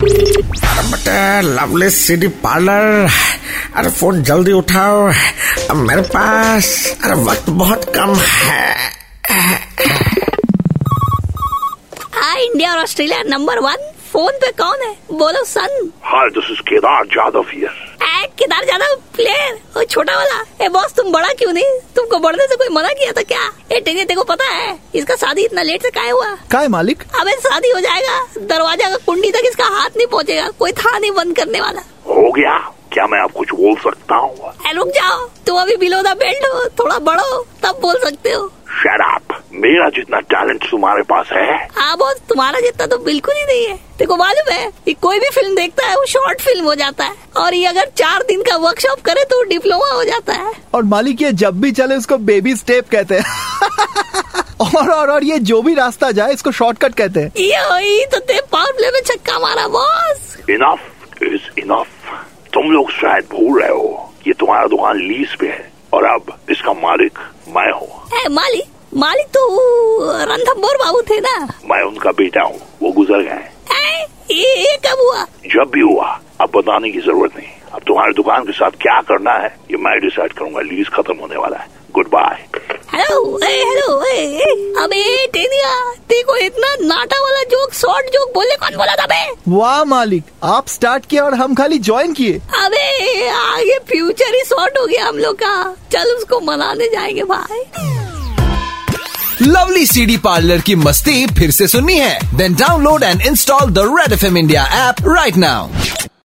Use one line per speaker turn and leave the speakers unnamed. अरे बटे lovely city parlour अरे फोन जल्दी उठाओ अब मेरे पास अरे वक्त बहुत कम है
हाय इंडिया और ऑस्ट्रेलिया नंबर वन फोन पे कौन है बोलो son
Hi, this is Kedar Jadhav here.
ऐ केदार जाधव प्लेयर वो छोटा वाला ए बॉस तुम बड़ा क्यों नहीं तुमको बढ़ने से कोई मना किया था क्या ए टेंगे तेको पता है इसका शादी इतना लेट से काहे हुआ
काय मालिक
अबे शादी हो जाएगा दरवाजा का कुंडी तक इसका हाथ नहीं पहुंचेगा कोई था नहीं बंद करने वाला
हो गया क्या मैं आप कुछ बोल सकता हूँ
ए रुक जाओ तुम अभी बिलो द बेल्ट हो थोड़ा बड़ो तब बोल सकते हो
शराब मेरा जितना टैलेंट तुम्हारे पास है
हाँ बॉस तुम्हारा जितना तो बिल्कुल ही नहीं है देखो मालूम है कि कोई भी फिल्म देखता है वो शॉर्ट फिल्म हो जाता है और ये अगर चार दिन का वर्कशॉप करे तो डिप्लोमा हो जाता है
और मालिक ये जब भी चले उसको बेबी स्टेप कहते हैं और और और ये जो भी रास्ता जाए इसको शॉर्टकट कहते हैं
ये हुई तो ते पावर प्ले में छक्का मारा बॉस
इनफ इज इनफ तुम लोग शायद भूल रहे हो ये तुम्हारा दुकान लीज पे है और अब इसका मालिक मैं हूँ
ए माली माली तो रणथम्बोर बाबू थे ना
मैं उनका बेटा हूँ वो गुजर गए
ए, ये ये कब हुआ
जब भी हुआ अब बताने की जरूरत नहीं अब तुम्हारी दुकान के साथ क्या करना है ये मैं डिसाइड करूंगा लीज खत्म होने वाला है गुड बाय
हेलो ए हेलो ए, ए अबे टेनिया देखो इतना नाटा वाला जोक शॉर्ट जोक बोले कौन बोला था बे
वाह मालिक आप स्टार्ट किए और हम खाली ज्वाइन किए
अबे आगे फ्यूचर ही शॉर्ट हो गया हम लोग का चल उसको मनाने जाएंगे भाई
लवली सीडी पार्लर की मस्ती फिर से सुननी है then download and install the red F India app right now